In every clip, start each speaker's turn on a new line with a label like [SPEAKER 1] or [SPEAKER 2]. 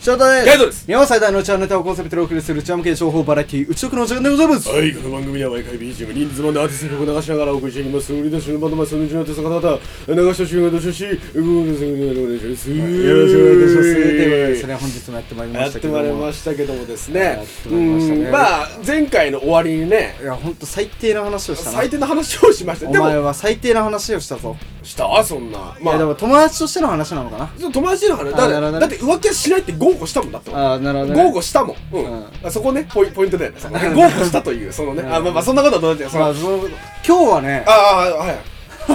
[SPEAKER 1] 翔太
[SPEAKER 2] ガイ
[SPEAKER 1] で
[SPEAKER 2] ドですす
[SPEAKER 1] 日本最大のチャンネルをコンセプトでお送りするチャーム系情報バラエティうちとくのお時間でございます
[SPEAKER 2] はい、この番組では毎回 BGM にズボンでアーティスト曲を流しながらお送りしていきます。売り出しのバンドマン、そのうちのアーティストの方々、流した瞬間どうしよし、ごめんなさい、お願いします。
[SPEAKER 1] よろしくお願いいたしますということでです
[SPEAKER 2] す。
[SPEAKER 1] ね本日もやってまいりま
[SPEAKER 2] や
[SPEAKER 1] し
[SPEAKER 2] ったて
[SPEAKER 1] けど
[SPEAKER 2] ま
[SPEAKER 1] も
[SPEAKER 2] いりましたけどもです
[SPEAKER 1] や
[SPEAKER 2] ね
[SPEAKER 1] っ。て
[SPEAKER 2] う
[SPEAKER 1] まいりましたね
[SPEAKER 2] んまあ、前回の終わりにね、
[SPEAKER 1] いやほんと最低な話をしたな
[SPEAKER 2] 最低な話をしました。
[SPEAKER 1] お
[SPEAKER 2] で
[SPEAKER 1] 前
[SPEAKER 2] も、
[SPEAKER 1] は最低な話をしたぞ
[SPEAKER 2] したそんな。
[SPEAKER 1] い
[SPEAKER 2] ま
[SPEAKER 1] やで
[SPEAKER 2] あ、
[SPEAKER 1] も友達としての話なのかな
[SPEAKER 2] 友達の話、
[SPEAKER 1] あなるほどね
[SPEAKER 2] だってだって浮気はしないって豪語したもんだって。
[SPEAKER 1] ああなるほどね
[SPEAKER 2] 豪語したもん。う
[SPEAKER 1] うん
[SPEAKER 2] ん。あそこね、ポイポイントだよね。そこね豪語したという、そのね。あ、まあまあ、そんなことはどうだって。そ
[SPEAKER 1] ま
[SPEAKER 2] の
[SPEAKER 1] あその今日はね
[SPEAKER 2] ああ、はい。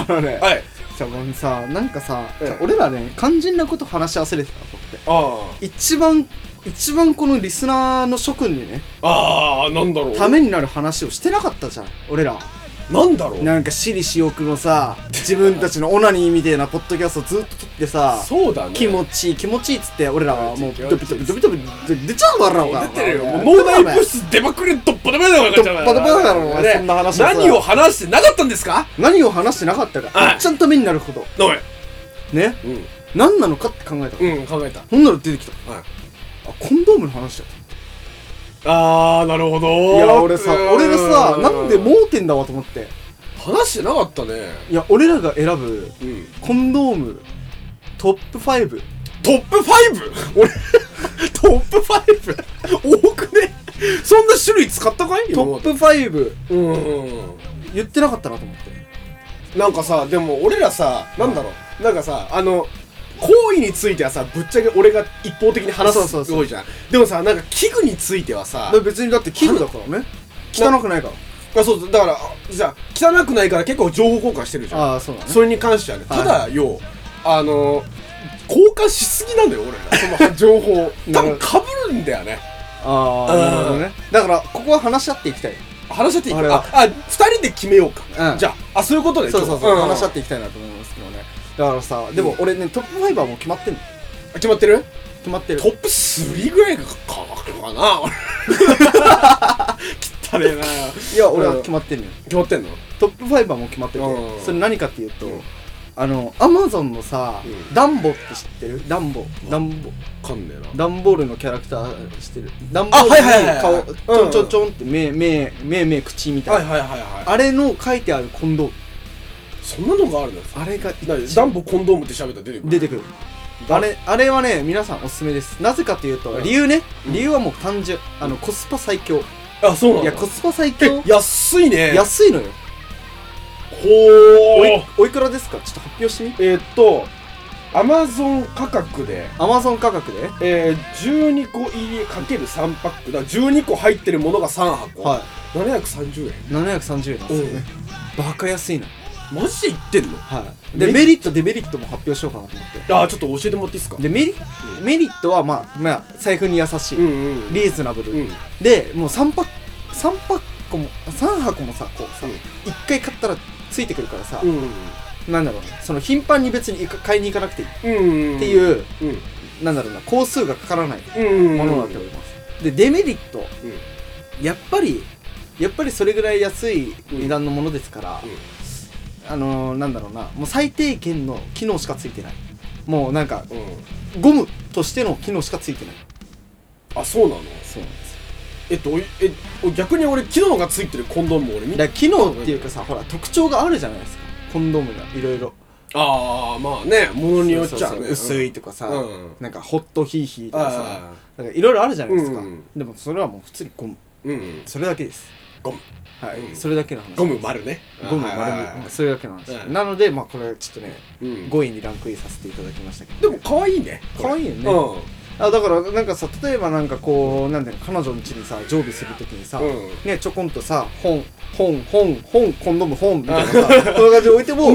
[SPEAKER 1] あのね
[SPEAKER 2] はい。
[SPEAKER 1] じゃあもうさなんかさ
[SPEAKER 2] うん
[SPEAKER 1] じゃあ俺らね肝心なこと話し忘れてたと思って
[SPEAKER 2] あ
[SPEAKER 1] 一番一番このリスナーの諸君にね
[SPEAKER 2] あ。ああ、なんだろう。
[SPEAKER 1] ためになる話をしてなかったじゃん俺ら
[SPEAKER 2] なんだろう。
[SPEAKER 1] なんか私利私欲のさ自分たちのオナニーみたいなポッドキャストをずっと撮ってさ
[SPEAKER 2] そうだね。
[SPEAKER 1] 気持ちいい気持ちいいっつって俺らはもう
[SPEAKER 2] 気持ち
[SPEAKER 1] ド
[SPEAKER 2] いい
[SPEAKER 1] ビドビドビドビ出ちゃうわらお前
[SPEAKER 2] 出てるよ。
[SPEAKER 1] お前
[SPEAKER 2] もう脳内物質出まくれドッパダメだよ、
[SPEAKER 1] ドッパダメだよお前
[SPEAKER 2] ね
[SPEAKER 1] そんな話はさ
[SPEAKER 2] 何を話してなかったんですか
[SPEAKER 1] 何を話してなかった
[SPEAKER 2] は
[SPEAKER 1] か
[SPEAKER 2] い
[SPEAKER 1] ちゃんと目になるほど
[SPEAKER 2] おい。
[SPEAKER 1] ね
[SPEAKER 2] うん。
[SPEAKER 1] 何なのかって考えた
[SPEAKER 2] うん、考えた。
[SPEAKER 1] ほんなら出てきた
[SPEAKER 2] はい。
[SPEAKER 1] あコンドームの話だ
[SPEAKER 2] ああ、なるほど。
[SPEAKER 1] い
[SPEAKER 2] い
[SPEAKER 1] や俺さ俺がさなんで盲点だわと思って
[SPEAKER 2] 話してなかったね。
[SPEAKER 1] いや俺らが選ぶ
[SPEAKER 2] うん。
[SPEAKER 1] コンドームトップ5
[SPEAKER 2] トップ 5? 俺、トップ 5? 多くねそんな種類使ったかい
[SPEAKER 1] トップ5
[SPEAKER 2] プ。うん。
[SPEAKER 1] 言ってなかったなと思って
[SPEAKER 2] なんかさでも俺らさなんだろうなんかさあの行為についてはさぶっちゃけ俺が一方的に話
[SPEAKER 1] そう
[SPEAKER 2] す
[SPEAKER 1] そう
[SPEAKER 2] す
[SPEAKER 1] そう
[SPEAKER 2] ごいじゃんでもさなんか器具についてはさ
[SPEAKER 1] だから別にだって器具だからね汚くないから
[SPEAKER 2] あそうそうだからあじゃあ汚くないから結構情報交換してるじゃん
[SPEAKER 1] ああそうだね
[SPEAKER 2] それに関してはね
[SPEAKER 1] はい
[SPEAKER 2] ただよあの交換しすぎなんだよ俺らその 情報多分かぶるんだよね
[SPEAKER 1] ああ
[SPEAKER 2] うん
[SPEAKER 1] なるほどねだからここは話し合っていきたい
[SPEAKER 2] 話し合っていい
[SPEAKER 1] あれ
[SPEAKER 2] か
[SPEAKER 1] は
[SPEAKER 2] ああ二人で決めようか、
[SPEAKER 1] うん
[SPEAKER 2] じゃああそういうことで
[SPEAKER 1] そうそうそう、話し合ってていきたいなと思いますけどねだからさでも俺ねトップ5はもう決まってんの
[SPEAKER 2] 決まってる
[SPEAKER 1] 決まってる
[SPEAKER 2] トップ3ぐらいかかかな俺 汚ねえない
[SPEAKER 1] や俺は決まってんのよ
[SPEAKER 2] 決まってんの
[SPEAKER 1] トップ5はもう決まってて
[SPEAKER 2] うん
[SPEAKER 1] それ何かっていうと
[SPEAKER 2] うん
[SPEAKER 1] あのアマゾンのさ
[SPEAKER 2] うん
[SPEAKER 1] ダンボって知ってるダンボダンボ
[SPEAKER 2] かんねえな
[SPEAKER 1] ダンボールのキャラクターしてるダンボール
[SPEAKER 2] あはいはいはいはい
[SPEAKER 1] に顔ちょ
[SPEAKER 2] うん
[SPEAKER 1] んちょんちょんって目目目目口みたい
[SPEAKER 2] はい
[SPEAKER 1] な
[SPEAKER 2] はいはいはい
[SPEAKER 1] あれの書いてあるコンドーム
[SPEAKER 2] そんなのがあるんです
[SPEAKER 1] あれが
[SPEAKER 2] ダンボコンドームって調べたら出てくる
[SPEAKER 1] 出てくるあれあれはね皆さんおすすめですなぜかというと
[SPEAKER 2] うん
[SPEAKER 1] 理由ね理由はもう単純あのコスパ最強
[SPEAKER 2] あそうないの
[SPEAKER 1] やコスパ最強
[SPEAKER 2] え安いね
[SPEAKER 1] 安いのよ
[SPEAKER 2] ほ
[SPEAKER 1] おい
[SPEAKER 2] ー
[SPEAKER 1] おいくらですかちょっと発表してみ
[SPEAKER 2] えーっとアマゾン価格で
[SPEAKER 1] アマゾン価格で
[SPEAKER 2] えー、12個入りかける3パックだ12個入ってるものが3箱、
[SPEAKER 1] は
[SPEAKER 2] 730円
[SPEAKER 1] い730円なんですよねバカ安いの
[SPEAKER 2] マジで言ってんの
[SPEAKER 1] はいで
[SPEAKER 2] メ
[SPEAKER 1] メリットデメリットも発表しようかなと思って
[SPEAKER 2] あーちょっと教えてもらっていいですか
[SPEAKER 1] でメリ
[SPEAKER 2] う
[SPEAKER 1] メリットはまあまあ財布に優しい
[SPEAKER 2] うんうん
[SPEAKER 1] リーズナブル、
[SPEAKER 2] うん
[SPEAKER 1] でもう3パック3パックも3箱もさこうさ、
[SPEAKER 2] うん
[SPEAKER 1] 1回買ったらついてくるからさ、
[SPEAKER 2] うんうん
[SPEAKER 1] なんだろうねその頻繁に別に行か買いに行かなくていいっ
[SPEAKER 2] うん
[SPEAKER 1] ていう、
[SPEAKER 2] うん
[SPEAKER 1] なんだろうな工数がかからない
[SPEAKER 2] うん
[SPEAKER 1] ものになっております、でデメリット
[SPEAKER 2] うん
[SPEAKER 1] やっぱりやっぱりそれぐらい安い値段のものですから、あのー、なんだろうなもう最低限の機能しかついてないもうなんか
[SPEAKER 2] うんうん
[SPEAKER 1] ゴムとしての機能しかついてない
[SPEAKER 2] あそうなの
[SPEAKER 1] そうなんですよ
[SPEAKER 2] えっとおいえお逆に俺機能がついてるコンドームも俺見
[SPEAKER 1] だから
[SPEAKER 2] た
[SPEAKER 1] 機能っていうかさほら特徴があるじゃないですかコンドームがいろいろ
[SPEAKER 2] ああまあねものによっちゃ
[SPEAKER 1] そうそうそう
[SPEAKER 2] ね
[SPEAKER 1] 薄いとかさ、
[SPEAKER 2] うん
[SPEAKER 1] なんかホットヒーヒーとかさ
[SPEAKER 2] あ
[SPEAKER 1] なんかいろいろあるじゃないですか、
[SPEAKER 2] うんうん
[SPEAKER 1] でもそれはもう普通にゴム
[SPEAKER 2] ーうん
[SPEAKER 1] それだけです
[SPEAKER 2] ゴム
[SPEAKER 1] はい、
[SPEAKER 2] うん
[SPEAKER 1] それだけの話
[SPEAKER 2] ゴム丸ね
[SPEAKER 1] ゴム
[SPEAKER 2] あー
[SPEAKER 1] 丸
[SPEAKER 2] はいはい
[SPEAKER 1] みそれだけの話、
[SPEAKER 2] うん
[SPEAKER 1] なのでまあこれちょっとね
[SPEAKER 2] うん
[SPEAKER 1] 5位にランクインさせていただきましたけど
[SPEAKER 2] でも可愛いね
[SPEAKER 1] 可愛いよね
[SPEAKER 2] うん
[SPEAKER 1] あだからなんかさ例えばなんかこうなんだろう彼女の家にさ常備するときにさ、
[SPEAKER 2] うん
[SPEAKER 1] ねちょこんとさ本本本本コンドーム本みたいなさこんな感じで置いても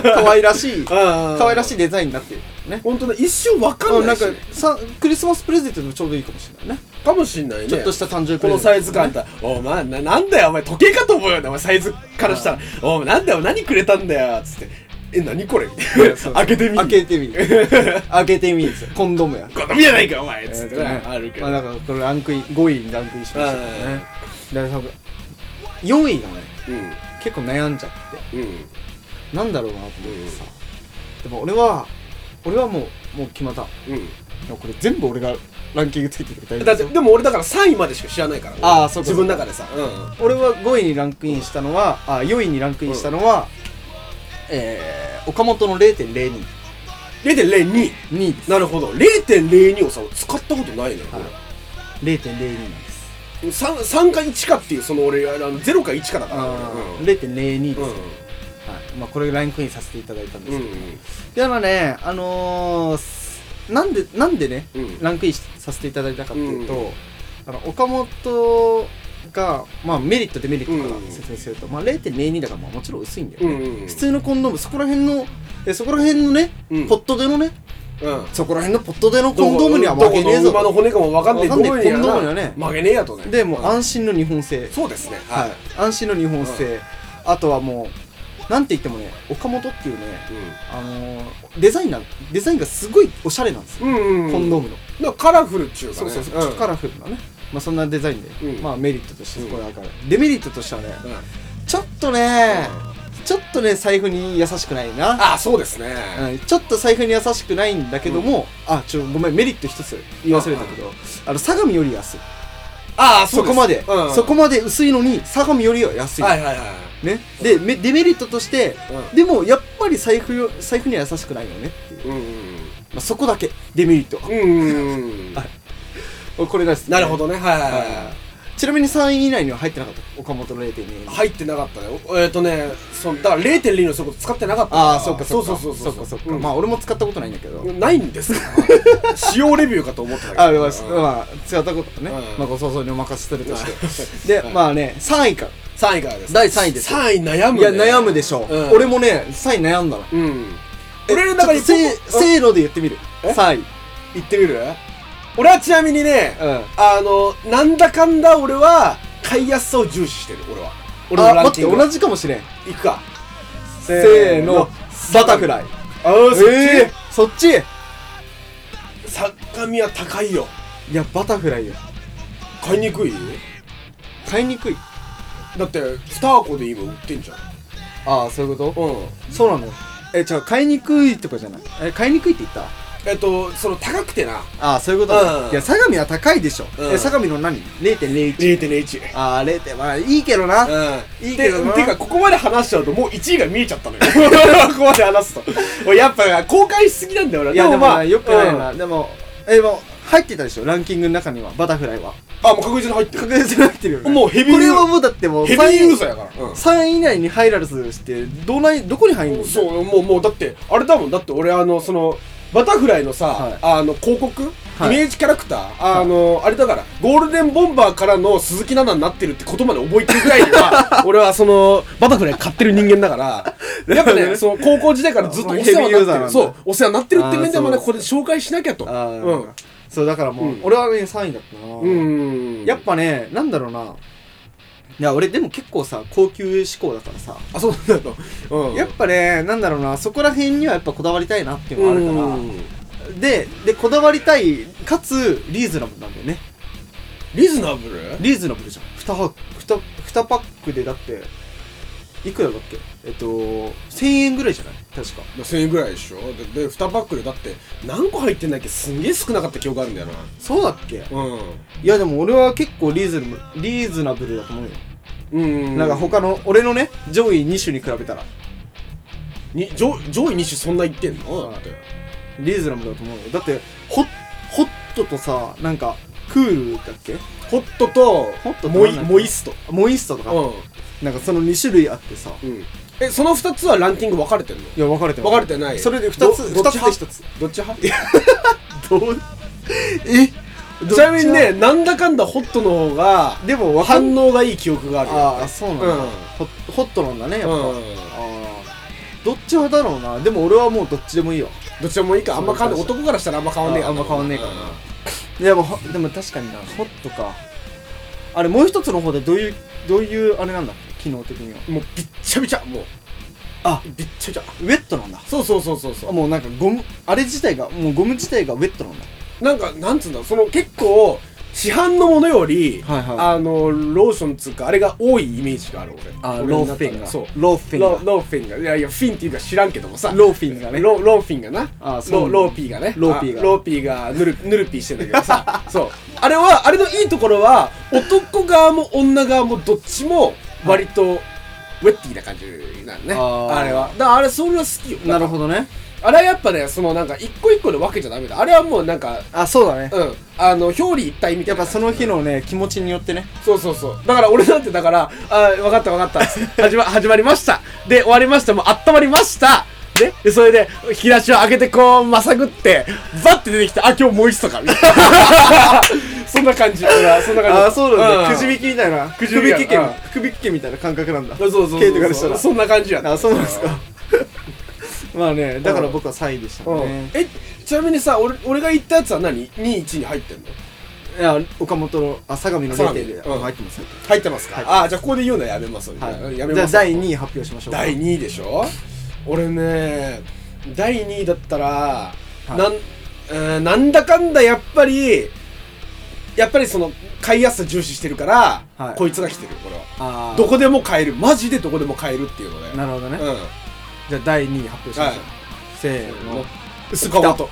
[SPEAKER 1] かわいらしいか
[SPEAKER 2] あ
[SPEAKER 1] わいらしい
[SPEAKER 2] い
[SPEAKER 1] デザインになってるね
[SPEAKER 2] 本当だ一瞬わか
[SPEAKER 1] うんんな
[SPEAKER 2] なんい
[SPEAKER 1] か
[SPEAKER 2] し
[SPEAKER 1] さクリスマスプレゼントでもちょうどいいかもしれないね
[SPEAKER 2] かもしんないね
[SPEAKER 1] ちょっとした誕生日プ
[SPEAKER 2] こ
[SPEAKER 1] レ
[SPEAKER 2] の
[SPEAKER 1] ゼント
[SPEAKER 2] サイズ感だお前ななんだよお前時計かと思うよねお前サイズからしたらお前なんだよ何くれたんだよつってえ何これみたい
[SPEAKER 1] そうそう
[SPEAKER 2] な 開けてみ
[SPEAKER 1] 開けてみる開けてみるんですよコンドームや
[SPEAKER 2] 好みじゃないかお前つっ
[SPEAKER 1] え
[SPEAKER 2] てね
[SPEAKER 1] ーとね
[SPEAKER 2] あるけど
[SPEAKER 1] まあ、だからこれランクイン5位にランクインしましたけどねだから多分4位がね
[SPEAKER 2] うん
[SPEAKER 1] 結構悩んじゃって
[SPEAKER 2] うん
[SPEAKER 1] なんだろうなと思ってさ、でも俺は俺はもうもう決まった
[SPEAKER 2] うん
[SPEAKER 1] でもこれ全部俺がランキングつけてるから大丈夫で
[SPEAKER 2] だって
[SPEAKER 1] すよ
[SPEAKER 2] でも俺だから3位までしか知らないから
[SPEAKER 1] あーそうか
[SPEAKER 2] 自分の中でさうん
[SPEAKER 1] 俺は5位にランクインしたのはあ4位にランクインしたのは、えー、岡本の0.022
[SPEAKER 2] 0.02
[SPEAKER 1] です
[SPEAKER 2] なるほど0.02をさ使ったことないのよ、
[SPEAKER 1] はい
[SPEAKER 2] こ
[SPEAKER 1] 0.02なんです
[SPEAKER 2] れ 3, 3か1かっていうその俺あの0か1かだから
[SPEAKER 1] あー
[SPEAKER 2] うん
[SPEAKER 1] 0.02です、
[SPEAKER 2] うん
[SPEAKER 1] はいまあ、これランクインさせていただいたんです
[SPEAKER 2] う
[SPEAKER 1] け
[SPEAKER 2] ん
[SPEAKER 1] ど、でまあねあのーすなんでなんでね、
[SPEAKER 2] うん
[SPEAKER 1] ランクインさせていただいたかっていうと、
[SPEAKER 2] うん
[SPEAKER 1] あの岡本が、まあ、メリットデメリットか
[SPEAKER 2] うん
[SPEAKER 1] ら説明すると、まあ、0.02だからまあもちろん薄いんだよ
[SPEAKER 2] う
[SPEAKER 1] ね、
[SPEAKER 2] んうん
[SPEAKER 1] 普通のコンドームそこら辺のえそこら辺のね、
[SPEAKER 2] うん
[SPEAKER 1] ポットでのね
[SPEAKER 2] うん
[SPEAKER 1] そこら辺のポットでのコンドームには負けねえ
[SPEAKER 2] どこの馬の
[SPEAKER 1] ぞ
[SPEAKER 2] 骨かも分かんねえ
[SPEAKER 1] 分かんねえ
[SPEAKER 2] どこにやら
[SPEAKER 1] コンドームにはね
[SPEAKER 2] 負けねえやとね
[SPEAKER 1] でもう
[SPEAKER 2] うん
[SPEAKER 1] 安心の日本製、
[SPEAKER 2] そうですね
[SPEAKER 1] はい安心の日本製、あとはもうなんて言ってもね岡本っていうねあのーデザインなデザインがすごいおしゃれなんですよ、
[SPEAKER 2] うんうんうん
[SPEAKER 1] コンドームの、
[SPEAKER 2] なんかカラフルっちゅうか
[SPEAKER 1] そう
[SPEAKER 2] ね
[SPEAKER 1] そうそう、ちょっとカラフルなね、まあ、そんなデザインで、
[SPEAKER 2] うん
[SPEAKER 1] まあメリットとしてすごい上がる、デメリットとしてはね
[SPEAKER 2] うんうん
[SPEAKER 1] ちょっとね、ちょっとね財布に優しくないな、
[SPEAKER 2] あそうですね
[SPEAKER 1] うんちょっと財布に優しくないんだけども、あちょごめんメリット一つ言い忘れたけど、あの相模より安い
[SPEAKER 2] ああ
[SPEAKER 1] そこまで、そこ
[SPEAKER 2] ま
[SPEAKER 1] まで薄いのに相模よりは安い、
[SPEAKER 2] はいはいはい
[SPEAKER 1] ね、でめデメリットとして、
[SPEAKER 2] う
[SPEAKER 1] でもやっぱり財布よ財布には優しくないよねっていう、
[SPEAKER 2] うん
[SPEAKER 1] まあ、そこだけデメリット、
[SPEAKER 2] うんうんうん
[SPEAKER 1] あこれです、
[SPEAKER 2] なるほどねはいはいはいは
[SPEAKER 1] はいちなみに3位以内には入ってなかった岡本の0.2
[SPEAKER 2] い入ってなかったよえっとねそのだから0.2のそこ使ってなかったから
[SPEAKER 1] ああそっかそっか
[SPEAKER 2] そうそうそう
[SPEAKER 1] っかそっか、
[SPEAKER 2] うん
[SPEAKER 1] まあ俺も使ったことないんだけど、
[SPEAKER 2] ないん ですか使用レビューかと思ってたけど
[SPEAKER 1] あまあ、
[SPEAKER 2] うん
[SPEAKER 1] まあ、使ったことね、
[SPEAKER 2] うん
[SPEAKER 1] まあご想像にお任せするとして で、
[SPEAKER 2] うん
[SPEAKER 1] まあね3位か
[SPEAKER 2] 3位からです
[SPEAKER 1] 第三位です
[SPEAKER 2] 3位悩む
[SPEAKER 1] いや悩むでしょ、
[SPEAKER 2] うん
[SPEAKER 1] 俺もね3位悩んだの
[SPEAKER 2] うん
[SPEAKER 1] え
[SPEAKER 2] 俺の中に
[SPEAKER 1] ちょっとせせーので言ってみる
[SPEAKER 2] え
[SPEAKER 1] 3位
[SPEAKER 2] 言ってみる俺はちなみにね、
[SPEAKER 1] うん
[SPEAKER 2] あのなんだかんだ俺は買いやすさを重視してる俺は俺の
[SPEAKER 1] あ
[SPEAKER 2] ラン
[SPEAKER 1] 待
[SPEAKER 2] キ
[SPEAKER 1] っ
[SPEAKER 2] ン
[SPEAKER 1] て
[SPEAKER 2] グ
[SPEAKER 1] 同じかもしれん
[SPEAKER 2] いくか
[SPEAKER 1] せーのバタフライ
[SPEAKER 2] あーそっち、
[SPEAKER 1] えー、そっち
[SPEAKER 2] 坂見は高いよ
[SPEAKER 1] いやバタフライよ
[SPEAKER 2] 買いにくい
[SPEAKER 1] 買いにくい
[SPEAKER 2] だって2箱で今売ってんじゃん
[SPEAKER 1] ああそういうこと
[SPEAKER 2] うん
[SPEAKER 1] そうなのよえ違う買いにくいとかじゃないえ買いにくいって言った
[SPEAKER 2] えっとその高くてな
[SPEAKER 1] ああそういうこと
[SPEAKER 2] うん
[SPEAKER 1] だいや相模は高いでしょ、
[SPEAKER 2] うん
[SPEAKER 1] え相模の何 ?0.01
[SPEAKER 2] 0.01
[SPEAKER 1] ああ0点まあいいけどな、
[SPEAKER 2] うん、
[SPEAKER 1] いいけどな
[SPEAKER 2] ててかここまで話しちゃうともう1位が見えちゃったのよ ここまで話すと俺やっぱ公開しすぎなんだよない
[SPEAKER 1] やでも
[SPEAKER 2] ま
[SPEAKER 1] ま
[SPEAKER 2] あ
[SPEAKER 1] あよくないな、でもえでも入ってたでしょランキングの中にはバタフライは
[SPEAKER 2] あもう確実に入ってる
[SPEAKER 1] 確実に入ってるよね
[SPEAKER 2] もうヘビー
[SPEAKER 1] これはもうだってもう
[SPEAKER 2] ヘビーユーザーやから、うん
[SPEAKER 1] 3位以内に入らずしてどないどこに入るの
[SPEAKER 2] そうもうもうだってあれだもんだって俺あのそのバタフライのさ、
[SPEAKER 1] はい
[SPEAKER 2] あの広告、
[SPEAKER 1] はい
[SPEAKER 2] イメージキャラクターあの、あれだからゴールデンボンバーからの鈴木奈々になってるってことまで覚えてるぐらいに は俺はそのバタフライ買ってる人間だからやっぱねその高校時代からずっとお世話
[SPEAKER 1] ヘビーユ
[SPEAKER 2] に
[SPEAKER 1] ーザーなん
[SPEAKER 2] なってる
[SPEAKER 1] だ
[SPEAKER 2] そうお世話になってるって面でもね
[SPEAKER 1] あーそう
[SPEAKER 2] ここで紹介しなきゃと
[SPEAKER 1] ああ、
[SPEAKER 2] うん
[SPEAKER 1] そうだからもう、
[SPEAKER 2] うん
[SPEAKER 1] 俺はね3位だったな、
[SPEAKER 2] うん
[SPEAKER 1] やっぱねなんだろうないや俺でも結構さ高級志向だからさ
[SPEAKER 2] あそうなんだ、うん、
[SPEAKER 1] やっぱねなんだろうなそこら辺にはやっぱこだわりたいなっていうのがあるから、
[SPEAKER 2] うん
[SPEAKER 1] ででこだわりたいかつリーズナブルなんだよね
[SPEAKER 2] リーズナブル
[SPEAKER 1] リーズナブルじゃん 2, は 2, 2パックでだっていくらだっけえっと1000円ぐらいじゃない確か
[SPEAKER 2] 1000円ぐらいでしょでで2パックでだって何個入ってんだっけすんげえ少なかった記憶あるんだよな
[SPEAKER 1] そうだっけ
[SPEAKER 2] うん
[SPEAKER 1] いやでも俺は結構リーズナブルリーズナブルだと思うよ、
[SPEAKER 2] うん
[SPEAKER 1] なんか他の俺のね上位2種に比べたら
[SPEAKER 2] に上上位2種そんな言ってんのだって
[SPEAKER 1] リーズナブルだと思うよだってホッホットとさなんかクールだっけ
[SPEAKER 2] ホットと
[SPEAKER 1] ホットと
[SPEAKER 2] モイ
[SPEAKER 1] なんだっけ
[SPEAKER 2] モイスト
[SPEAKER 1] モイストとか、
[SPEAKER 2] う
[SPEAKER 1] なんかその2種類あってさ
[SPEAKER 2] ん、うん、えその2つはランキング分かれてんの
[SPEAKER 1] いや分かれて
[SPEAKER 2] 分かれてない
[SPEAKER 1] それで2つ2
[SPEAKER 2] どど
[SPEAKER 1] つで
[SPEAKER 2] っち派
[SPEAKER 1] 1つ
[SPEAKER 2] どっち派 ち
[SPEAKER 1] どうえち
[SPEAKER 2] なみにねなんだかんだホットの方が
[SPEAKER 1] でもわかん
[SPEAKER 2] 反応がいい記憶がある
[SPEAKER 1] ああそうなんだ、
[SPEAKER 2] うん
[SPEAKER 1] ホッホットなんだねやっぱ、
[SPEAKER 2] うん
[SPEAKER 1] あーどっち派だろうなでも俺はもうどっちでもいいわ
[SPEAKER 2] どっちでもいいかあんま変わんない
[SPEAKER 1] そうそう
[SPEAKER 2] 男からしたらあんま変わんねえ
[SPEAKER 1] ああんま変わんねえからな
[SPEAKER 2] う
[SPEAKER 1] でもほでも確かになホットかあれもう一つの方でどういうどういうあれなんだっけ機能的には
[SPEAKER 2] もうびっちゃびちゃもう
[SPEAKER 1] あ
[SPEAKER 2] びっちゃびちゃ
[SPEAKER 1] ウェットなんだ
[SPEAKER 2] そうそうそうそうそ
[SPEAKER 1] あもうなんかゴムあれ自体がもうゴム自体がウェットなんだ
[SPEAKER 2] うなんかなんつうんだその結構市販のものより、
[SPEAKER 1] はいはい
[SPEAKER 2] あのローションつうかあれが多いイメージがある俺
[SPEAKER 1] あ
[SPEAKER 2] 俺
[SPEAKER 1] ロー
[SPEAKER 2] の
[SPEAKER 1] フ
[SPEAKER 2] 中で
[SPEAKER 1] ィンが
[SPEAKER 2] そう
[SPEAKER 1] ローフィンが
[SPEAKER 2] ロローフィンがいやいやフィンっていうか知らんけどもさ
[SPEAKER 1] ローフィンがね
[SPEAKER 2] ロローフィンがな
[SPEAKER 1] あそう
[SPEAKER 2] ロローピーがね
[SPEAKER 1] ローピーが
[SPEAKER 2] あローピーがぬるぬるピーしてんだけどさ そうあれはあれのいいところは男側も女側もどっちも割と、ウェッティな感じなのね
[SPEAKER 1] あー
[SPEAKER 2] あれはだからあれそれは好きよ
[SPEAKER 1] なるほどね
[SPEAKER 2] あれはやっぱねそのなんか一個一個で分けちゃダメだあれはもうなんか
[SPEAKER 1] あそうだね
[SPEAKER 2] うんあの表裏一体みた
[SPEAKER 1] や
[SPEAKER 2] い
[SPEAKER 1] っ
[SPEAKER 2] な
[SPEAKER 1] ぱその日のね気持ちによってね
[SPEAKER 2] そうそうそうだから俺なんてだから「あ分かった分かった」始ま 始まりましたで終わりましたもう温まりましたね、でそれで引き出しを開けてこうまさぐってバッて出てきて「あ今日もう一つとか」みたいな そんな感じ俺はそんな感じ
[SPEAKER 1] くじ引きみたいな
[SPEAKER 2] くじ引き
[SPEAKER 1] 福引き券
[SPEAKER 2] うん
[SPEAKER 1] 福引き券みたいな感覚なんだ
[SPEAKER 2] そうそうそう
[SPEAKER 1] ケイトからした
[SPEAKER 2] そんな感じや
[SPEAKER 1] らあそうなんです かまあねだから僕は3位でした
[SPEAKER 2] うん、
[SPEAKER 1] ね
[SPEAKER 2] えちなみにさ俺俺が言ったやつは何21に入ってんの
[SPEAKER 1] いや岡本のあ相模の0点で
[SPEAKER 2] 相模うん
[SPEAKER 1] 入ってます入って
[SPEAKER 2] 入ってますか、
[SPEAKER 1] はい
[SPEAKER 2] ああじゃあここで言うのやめます、
[SPEAKER 1] ますはい
[SPEAKER 2] やめ
[SPEAKER 1] じゃ
[SPEAKER 2] ま
[SPEAKER 1] あ
[SPEAKER 2] す
[SPEAKER 1] 第2位発表しましょう
[SPEAKER 2] 第2位でしょ俺ね第2位だったら、
[SPEAKER 1] い
[SPEAKER 2] なん、えーなんだかんだやっぱりやっぱりその買いやすさ重視してるから、
[SPEAKER 1] はい
[SPEAKER 2] こいつが来てるこれは
[SPEAKER 1] あー
[SPEAKER 2] どこでも買えるマジでどこでも買えるっていうのね
[SPEAKER 1] なるほどね
[SPEAKER 2] うん
[SPEAKER 1] じゃあ第2位発表しましょう
[SPEAKER 2] は
[SPEAKER 1] せーの
[SPEAKER 2] 薄皮と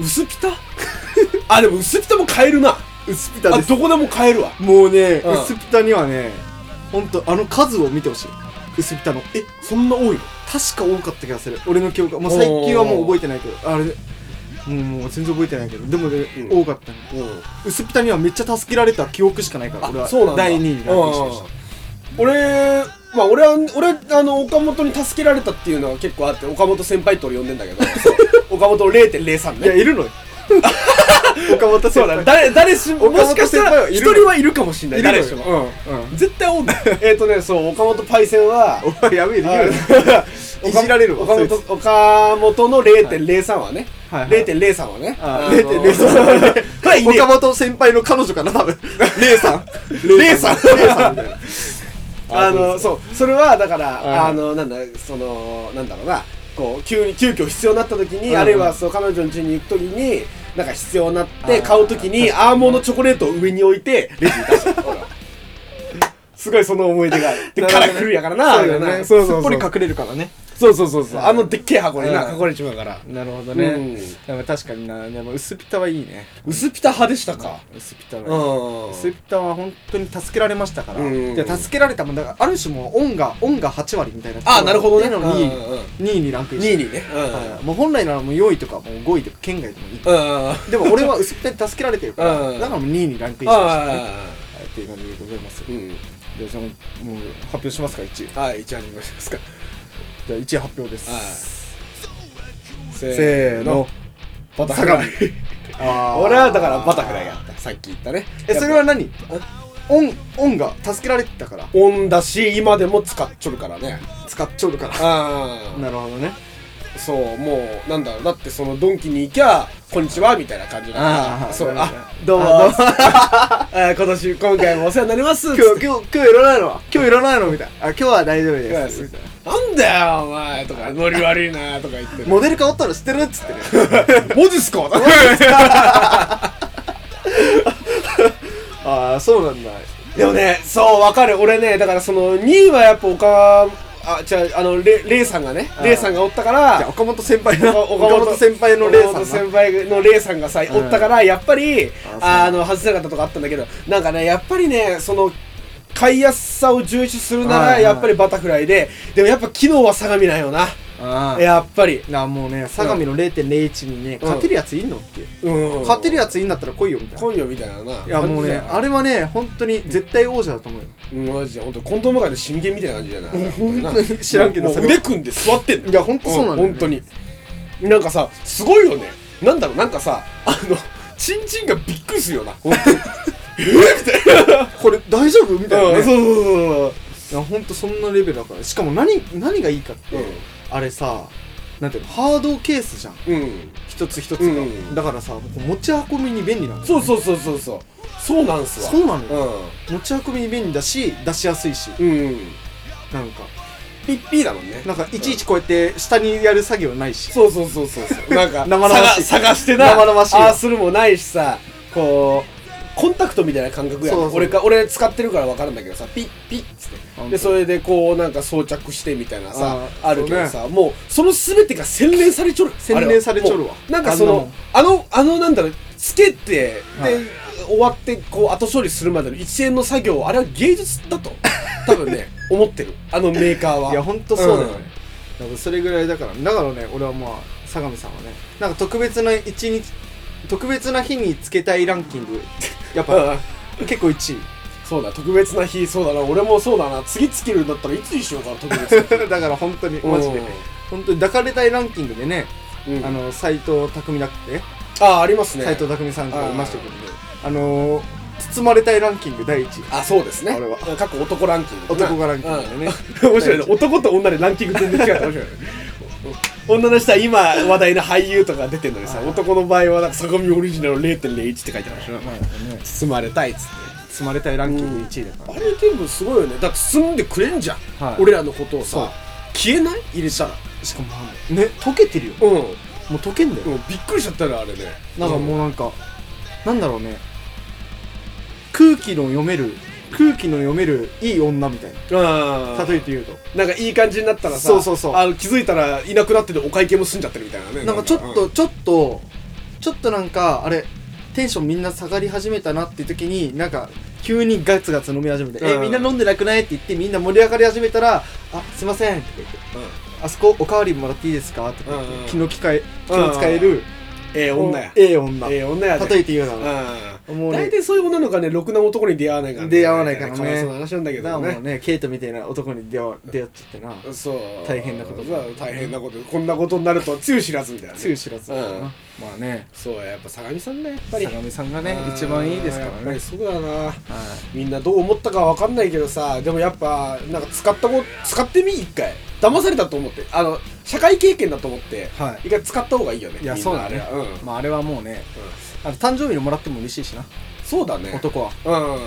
[SPEAKER 2] 薄ピタ あでも薄ピタも買えるな
[SPEAKER 1] 薄ピ
[SPEAKER 2] あどこでも買えるわ
[SPEAKER 1] もうね
[SPEAKER 2] うん
[SPEAKER 1] 薄ピタにはね本当あの数を見てほしい薄ピタの
[SPEAKER 2] えそんな多いの
[SPEAKER 1] 確か多かった気がする俺の記憶はもう最近はもう覚えてないけどあれもうもう全然覚えてないけどでもね、
[SPEAKER 2] うん
[SPEAKER 1] 多かったね薄ピタにはめっちゃ助けられた記憶しかないから俺は
[SPEAKER 2] そうなんだ
[SPEAKER 1] 第2位にランクインしまし
[SPEAKER 2] うん俺まあ俺は俺あの岡本に助けられたっていうのは結構あって岡本先輩と俺呼んでんだ けど岡本を0.03
[SPEAKER 1] たいや
[SPEAKER 2] ね
[SPEAKER 1] いるのよ岡本
[SPEAKER 2] そう
[SPEAKER 1] 先
[SPEAKER 2] だね
[SPEAKER 1] 輩
[SPEAKER 2] 誰誰しも
[SPEAKER 1] 岡本
[SPEAKER 2] しかした
[SPEAKER 1] 先輩
[SPEAKER 2] ら
[SPEAKER 1] はいる
[SPEAKER 2] 一人はいるかもしんない
[SPEAKER 1] いるの
[SPEAKER 2] 誰
[SPEAKER 1] よ
[SPEAKER 2] しも、
[SPEAKER 1] うん
[SPEAKER 2] 絶対おんないえっとねそう岡本パイセンは
[SPEAKER 1] お前やべえでき
[SPEAKER 2] あ
[SPEAKER 1] る
[SPEAKER 2] の
[SPEAKER 1] いじられるわ
[SPEAKER 2] 岡
[SPEAKER 1] そい
[SPEAKER 2] 本岡本の0.03はね、
[SPEAKER 1] はいはい
[SPEAKER 2] 0.03はね、
[SPEAKER 1] あ
[SPEAKER 2] あの
[SPEAKER 1] 0.03はね
[SPEAKER 2] はいいねえ
[SPEAKER 1] 岡本先輩の彼女かな多分レイさん
[SPEAKER 2] レイさん
[SPEAKER 1] レイさんみたいな
[SPEAKER 2] あのそうそれはだから、
[SPEAKER 1] はい
[SPEAKER 2] あのなんだそのなんだろうなこう急に急遽必要になった時に、
[SPEAKER 1] うん
[SPEAKER 2] あるいはそう彼女の家に行く時になんか必要になって
[SPEAKER 1] あー
[SPEAKER 2] 買う時にアーモンドチョコレートを上に置いてレジに出した俺はすごいその思い出がある で
[SPEAKER 1] なる
[SPEAKER 2] カ
[SPEAKER 1] ほど
[SPEAKER 2] ラ
[SPEAKER 1] ね
[SPEAKER 2] フルやからな
[SPEAKER 1] そうだよ
[SPEAKER 2] あれ
[SPEAKER 1] ね
[SPEAKER 2] なそ
[SPEAKER 1] す
[SPEAKER 2] うそうそ
[SPEAKER 1] っぽ
[SPEAKER 2] う
[SPEAKER 1] り隠れるからね
[SPEAKER 2] そうそうそうそうあのでっけえ箱にな
[SPEAKER 1] うん
[SPEAKER 2] 囲われちまうから
[SPEAKER 1] なるほど
[SPEAKER 2] うん
[SPEAKER 1] ねでも確かになでも薄ピタはいいね
[SPEAKER 2] 薄ピタ派でしたか
[SPEAKER 1] 薄ピタはいうい
[SPEAKER 2] ん
[SPEAKER 1] スイプタは本当に助けられましたから、
[SPEAKER 2] うん
[SPEAKER 1] で助けられたもんだからある種もう恩が恩が8割みたいな
[SPEAKER 2] あーなるほどね
[SPEAKER 1] っていうのが
[SPEAKER 2] うんうんうん
[SPEAKER 1] 2位にランクイン
[SPEAKER 2] 2位
[SPEAKER 1] 位、
[SPEAKER 2] にねうん
[SPEAKER 1] はいもう本来ならもう4位とかもう5位とか県外でもいい、
[SPEAKER 2] うん
[SPEAKER 1] でも俺は薄ピタに助けられてるから、
[SPEAKER 2] うん
[SPEAKER 1] だからもう2位にランクインしましたね、はい
[SPEAKER 2] あ
[SPEAKER 1] っていう感じでございます
[SPEAKER 2] ーうん
[SPEAKER 1] でそのもう発表しますか1位
[SPEAKER 2] はい一応始めますか
[SPEAKER 1] じゃあ1位発表です、
[SPEAKER 2] はい
[SPEAKER 1] せーの
[SPEAKER 2] バタフライ
[SPEAKER 1] あー
[SPEAKER 2] 俺はだからバタフライやったさっき言ったね
[SPEAKER 1] えそれは何恩恩が助けられてたから
[SPEAKER 2] オンだし今でも使っちょるからね
[SPEAKER 1] 使っちょるから
[SPEAKER 2] あ
[SPEAKER 1] なるほどね
[SPEAKER 2] あそうもうなんだろうだってそのドンキに行きゃ「こんにちは」みたいな感じだか
[SPEAKER 1] あ
[SPEAKER 2] ら
[SPEAKER 1] ー
[SPEAKER 2] そう
[SPEAKER 1] なるほど
[SPEAKER 2] あどうも
[SPEAKER 1] あ
[SPEAKER 2] あー今年今回もお世話になります
[SPEAKER 1] 今日今日今日いらないの今日いらないのみたいなあ今日は大丈夫ですみたいな
[SPEAKER 2] なんだよお前とかノリ悪いなとか言って
[SPEAKER 1] モデル変わったの知ってるっつってね
[SPEAKER 2] 文字っすか
[SPEAKER 1] ああそうなんだ
[SPEAKER 2] でもね、そう、わかる。俺ね、だからその、2位はやっぱ岡、あ、じゃあ、あの、レレイさんがね
[SPEAKER 1] あ、ー
[SPEAKER 2] レイさんがおったか
[SPEAKER 1] じゃあ
[SPEAKER 2] ら、
[SPEAKER 1] 岡本先輩の
[SPEAKER 2] お
[SPEAKER 1] 岡本先輩のレー
[SPEAKER 2] 岡本
[SPEAKER 1] さん
[SPEAKER 2] 先輩のレイさんがさ、おったから、やっぱり、
[SPEAKER 1] あ
[SPEAKER 2] あ
[SPEAKER 1] そう
[SPEAKER 2] の、外せなかったとかあったんだけど、なんかね、やっぱりね、その、買いやすさを重視するな
[SPEAKER 1] はいは
[SPEAKER 2] ら、
[SPEAKER 1] い
[SPEAKER 2] やっぱりバタフライで、でもやっぱ機能は相模なんよな。
[SPEAKER 1] ああいや
[SPEAKER 2] やっぱり。
[SPEAKER 1] なもうね相模の0.01にね勝てるやついんのっていう
[SPEAKER 2] うん。
[SPEAKER 1] 勝てるやついんだったら来いよみたいな
[SPEAKER 2] 今夜みたいなな。
[SPEAKER 1] いやもうねあれ
[SPEAKER 2] れ、
[SPEAKER 1] はね本当に絶対王者だと思うよ
[SPEAKER 2] うんマジで、ほんと、コントム界の神剣みたいな感じじゃない
[SPEAKER 1] 本当に知らんけど
[SPEAKER 2] もう
[SPEAKER 1] それ
[SPEAKER 2] 腕組んで座ってんの
[SPEAKER 1] いやほんとそうなんだよね
[SPEAKER 2] 本当になんかさすごいよねなんだろうなんかさあのチンチンがびっくりするよな本当に えみたいな
[SPEAKER 1] これ大丈夫みたいな
[SPEAKER 2] うん
[SPEAKER 1] ね
[SPEAKER 2] そうそうそう
[SPEAKER 1] いや本当そんなレベルだからしかも何何がいいかって
[SPEAKER 2] そう
[SPEAKER 1] あれさなんていうのハードケースじゃん
[SPEAKER 2] うん、うん、
[SPEAKER 1] 一つ一つ
[SPEAKER 2] うん
[SPEAKER 1] が、
[SPEAKER 2] うん
[SPEAKER 1] だからさこう持ち運びに便利なんだよ
[SPEAKER 2] そうそうそうそうそうそうなんすわ
[SPEAKER 1] そうなのよ、
[SPEAKER 2] う
[SPEAKER 1] 持ち運びに便利だし出しやすいし
[SPEAKER 2] んうん
[SPEAKER 1] なんか
[SPEAKER 2] ピッピーだもんね
[SPEAKER 1] なんかいちいちこうやって下にやる作業ないし、
[SPEAKER 2] そうそうそうそうそうなんか
[SPEAKER 1] 生々しい
[SPEAKER 2] 探探してな
[SPEAKER 1] 生々しいわ
[SPEAKER 2] ああするもないしさこうコンタクトみたいな感覚やん
[SPEAKER 1] そうそう
[SPEAKER 2] 俺か俺使ってるから分かるんだけどさピッピッつ
[SPEAKER 1] ほん
[SPEAKER 2] っ
[SPEAKER 1] と
[SPEAKER 2] てでそれでこうなんか装着してみたいなさ
[SPEAKER 1] あー
[SPEAKER 2] あるけどさ、もうその全てが洗練されちょる
[SPEAKER 1] 洗練
[SPEAKER 2] あれは
[SPEAKER 1] されちょるわ
[SPEAKER 2] もうなんかそのあのあのなんだろうつけて、
[SPEAKER 1] はい
[SPEAKER 2] で終わってこう後処理するまでの一連の作業あれは芸術だと多分 ね思ってるあのメーカーはい
[SPEAKER 1] や本当そうだよね
[SPEAKER 2] ん、
[SPEAKER 1] だからそれぐらいだからだからね俺はまあ相模さんはねなんか特別な一日特別な日につけたいランキングやっぱ
[SPEAKER 2] うん
[SPEAKER 1] 結構1
[SPEAKER 2] そうだ特別な日そうだな俺もそうだな次つけるんだったらいつにしようかな特 別な日
[SPEAKER 1] 位 だから本当にマジで本当に抱かれたいランキングでね、
[SPEAKER 2] うん、うん
[SPEAKER 1] あの斎藤匠だっけ
[SPEAKER 2] あありますね
[SPEAKER 1] 斎藤匠さんとかいましたけどねあのー、包まれたいランキング第1位
[SPEAKER 2] あそうですね
[SPEAKER 1] あれは
[SPEAKER 2] 過去男ランキング
[SPEAKER 1] 男がランキングでね、
[SPEAKER 2] うん面白いね男と女でランキング全然違うから面白いね女の人は今話題の俳優とか出てるのにさ男の場合はなんか相模オリジナル0.01って書いてあるでしょ
[SPEAKER 1] まあね
[SPEAKER 2] 包まれたいっつって
[SPEAKER 1] 包まれたいランキング1位だから、
[SPEAKER 2] あれ全部すごいよねだって包んでくれんじゃん、
[SPEAKER 1] はい
[SPEAKER 2] 俺らのことを
[SPEAKER 1] そ
[SPEAKER 2] さ
[SPEAKER 1] う
[SPEAKER 2] 消えない入れたら
[SPEAKER 1] しかもあのね溶けてるよ
[SPEAKER 2] うん、
[SPEAKER 1] もう溶けんだよ、
[SPEAKER 2] びっくりしちゃったねあれね
[SPEAKER 1] なんかもうなんか、なんだろうね空気の読める空気の読めるいい女みたいな
[SPEAKER 2] うん
[SPEAKER 1] 例えて言うと
[SPEAKER 2] なんかいい感じになったらさ
[SPEAKER 1] そうそうそう
[SPEAKER 2] あの気づいたらいなくなっててお会計も済んじゃってるみたいなね
[SPEAKER 1] なんかちょっと、ちょっとちょっとなんかあれテンションみんな下がり始めたなって時になんか急にガツガツ飲み始めて「
[SPEAKER 2] うん
[SPEAKER 1] えみんな飲んでなくない?」って言ってみんな盛り上がり始めたら「あすいません」って言って
[SPEAKER 2] うん
[SPEAKER 1] 「あそこおかわりもらっていいですか?」とか言って
[SPEAKER 2] うんうん
[SPEAKER 1] 気の利かえ気の使える
[SPEAKER 2] ええ女や
[SPEAKER 1] ええ女
[SPEAKER 2] ええ女やで
[SPEAKER 1] 例えて言うなら
[SPEAKER 2] うん
[SPEAKER 1] もうね
[SPEAKER 2] 大体そういう女の子はねろくな男に出会わないから、ね、
[SPEAKER 1] 出会わないからね
[SPEAKER 2] かわいそうな話なんだけ
[SPEAKER 1] だから
[SPEAKER 2] ど
[SPEAKER 1] もう
[SPEAKER 2] ね
[SPEAKER 1] ねケイトみたいな男に出会わ出会っちゃってな
[SPEAKER 2] そう
[SPEAKER 1] 大変なこと
[SPEAKER 2] まあ大変なことこんなことになるとはつゆ知らずみたいなね、
[SPEAKER 1] つゆ知らずだからな
[SPEAKER 2] うん
[SPEAKER 1] まあね
[SPEAKER 2] そうややっぱ相模さんねやっぱり
[SPEAKER 1] 相模さんがね一番いいですから
[SPEAKER 2] あーやっぱ
[SPEAKER 1] ね
[SPEAKER 2] りそうだな
[SPEAKER 1] はい
[SPEAKER 2] みんなどう思ったかわかんないけどさでもやっぱなんか使ったも使ってみ一回騙されたと思ってあの社会経験だと思って、
[SPEAKER 1] はい
[SPEAKER 2] 一回使った方がいいよね
[SPEAKER 1] いや
[SPEAKER 2] みん
[SPEAKER 1] そう
[SPEAKER 2] な
[SPEAKER 1] だね
[SPEAKER 2] あれはうん
[SPEAKER 1] まああれはもうねあの誕生日にもらっても嬉しいしな
[SPEAKER 2] そうだね
[SPEAKER 1] 男は
[SPEAKER 2] うん、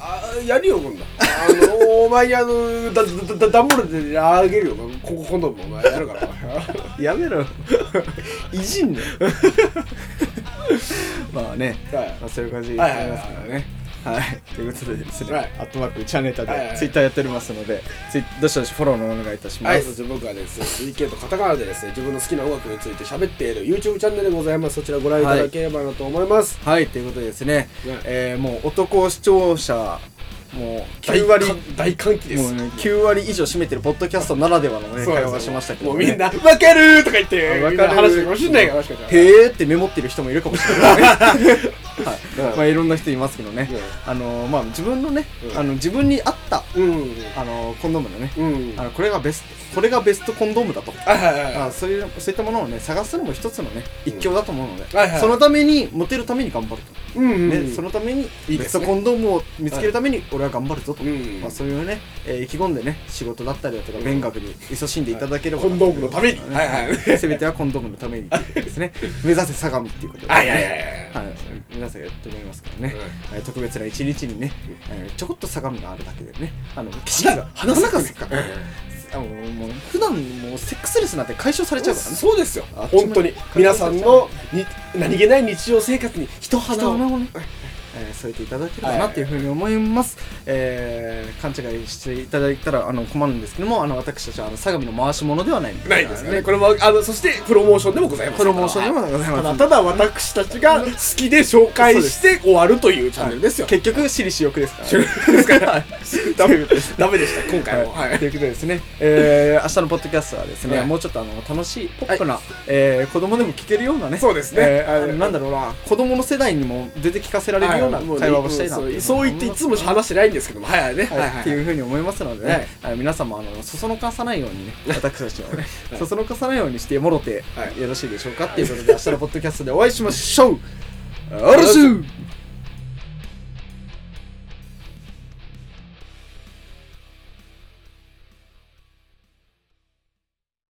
[SPEAKER 2] あやるよ今度あのお前にあのだだだ段ボールであげるよここ今度もお前や るからお前
[SPEAKER 1] やめろ いじん ねまあね、
[SPEAKER 2] はい
[SPEAKER 1] まあ、そういう感じに
[SPEAKER 2] は
[SPEAKER 1] ない
[SPEAKER 2] はい
[SPEAKER 1] り
[SPEAKER 2] はい
[SPEAKER 1] ますからねはいということでですね、
[SPEAKER 2] はい
[SPEAKER 1] アットマークチャンネル
[SPEAKER 2] はいはいは
[SPEAKER 1] で
[SPEAKER 2] い
[SPEAKER 1] ツイッターやっておりますので、ツイどしどしフォローのお願いいたしま
[SPEAKER 2] はい、
[SPEAKER 1] す、
[SPEAKER 2] そして僕はですね、CK とカタカナでですね、自分の好きな音楽について喋っている YouTube チャンネルでございます。そちらご覧いただければなと思います。
[SPEAKER 1] はい、ということでですね、
[SPEAKER 2] ね
[SPEAKER 1] えーもう男視聴者、もう9割、も
[SPEAKER 2] 大歓喜です。
[SPEAKER 1] うね、9割以上占めてるポッドキャストならではのね、
[SPEAKER 2] そう
[SPEAKER 1] 会
[SPEAKER 2] です
[SPEAKER 1] 話しましたけど、
[SPEAKER 2] もう
[SPEAKER 1] ね、
[SPEAKER 2] みんな、わかるーとか言って、
[SPEAKER 1] わかる
[SPEAKER 2] みんな話してるかもしんないから、もしかしたら。
[SPEAKER 1] へーってメモってる人もいるかもしれない、ねはい
[SPEAKER 2] うん
[SPEAKER 1] まあ、いろんな人いますけどね、
[SPEAKER 2] うん
[SPEAKER 1] あのまあ、自分のね、
[SPEAKER 2] うん
[SPEAKER 1] あの自分に合った、
[SPEAKER 2] うん。
[SPEAKER 1] あのコンドームのね、
[SPEAKER 2] うん。
[SPEAKER 1] あ
[SPEAKER 2] あ、
[SPEAKER 1] のこれがベストこれがベストコンドームだと、
[SPEAKER 2] はいはい
[SPEAKER 1] ま
[SPEAKER 2] は
[SPEAKER 1] あ、そういうそういったものをね探すのも一つのね一興だと思うので、
[SPEAKER 2] はいはい
[SPEAKER 1] そのためにモテるために頑張ると、
[SPEAKER 2] い。うんうん。
[SPEAKER 1] ね、そのために
[SPEAKER 2] い
[SPEAKER 1] ベ
[SPEAKER 2] いで
[SPEAKER 1] ス
[SPEAKER 2] す
[SPEAKER 1] ト
[SPEAKER 2] ね
[SPEAKER 1] コンドームを見つけるために俺は頑張るぞと、
[SPEAKER 2] うん
[SPEAKER 1] まあ、そういうね、えー意気込んでね仕事だったりだとか勉学に勤しんでいただければ
[SPEAKER 2] コンドームのために。
[SPEAKER 1] はいはい、せめてはコンドームのためにっていうことです ね目指せ相模っていうことで、ね、
[SPEAKER 2] はいはいはいは
[SPEAKER 1] はいい、皆さんやってもらいますからね、えー特別な一日にね、えーちょこっと相模があるだけでねあの記事が花咲かせかあのもう普段もうセックスレスなんて解消されちゃうからね
[SPEAKER 2] そうですよ
[SPEAKER 1] あ
[SPEAKER 2] 本当に皆さんのに何気ない日常生活に一花を
[SPEAKER 1] 人をね、えー添えていただければなというふうに思います、えー勘違いしていただいたらあの困るんですけどもあの私たちはあの相模の回し者ではないん
[SPEAKER 2] ないですからねこれもあのそしてプロモーションでもございます
[SPEAKER 1] プロモーションでもございます
[SPEAKER 2] ただただ私たちが好きで紹介して終わるというチャンネルですよ
[SPEAKER 1] 結局私利私欲 ですから、ね、
[SPEAKER 2] ダメダメでした今回も
[SPEAKER 1] は、
[SPEAKER 2] はいい
[SPEAKER 1] ということでですね、えー、明日のポッドキャストはですね、
[SPEAKER 2] はい
[SPEAKER 1] もうちょっとあの楽しいポップな、えー子供でも聞けるようなね
[SPEAKER 2] そうですね
[SPEAKER 1] えーあ
[SPEAKER 2] は
[SPEAKER 1] の
[SPEAKER 2] い
[SPEAKER 1] なんだろうな子供の世代にも出て聞かせられるような
[SPEAKER 2] はいもうね
[SPEAKER 1] 会話をしたいな
[SPEAKER 2] そう
[SPEAKER 1] と
[SPEAKER 2] そう言っていつも話してないんですけどもはいはいね
[SPEAKER 1] はいっていううふうに思いますので
[SPEAKER 2] は
[SPEAKER 1] ね
[SPEAKER 2] い、
[SPEAKER 1] はい、皆様あのそそのかさないようにね私たち はね、そそのかさないようにしてもろて、
[SPEAKER 2] はい
[SPEAKER 1] よろしいでしょうかっていうことで明日のポッドキャストでお会いしましょう、よろしゅう